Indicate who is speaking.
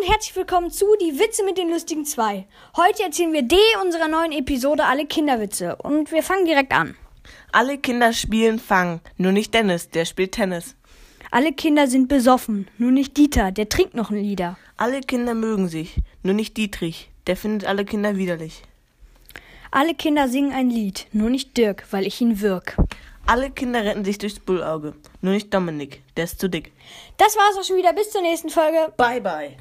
Speaker 1: und herzlich willkommen zu Die Witze mit den lustigen zwei. Heute erzählen wir D unserer neuen Episode alle Kinderwitze und wir fangen direkt an.
Speaker 2: Alle Kinder spielen Fang, nur nicht Dennis, der spielt Tennis.
Speaker 1: Alle Kinder sind besoffen, nur nicht Dieter, der trinkt noch ein Lieder.
Speaker 2: Alle Kinder mögen sich, nur nicht Dietrich, der findet alle Kinder widerlich.
Speaker 1: Alle Kinder singen ein Lied, nur nicht Dirk, weil ich ihn wirk.
Speaker 2: Alle Kinder retten sich durchs Bullauge, nur nicht Dominik, der ist zu dick.
Speaker 1: Das war's auch schon wieder, bis zur nächsten Folge.
Speaker 2: Bye bye.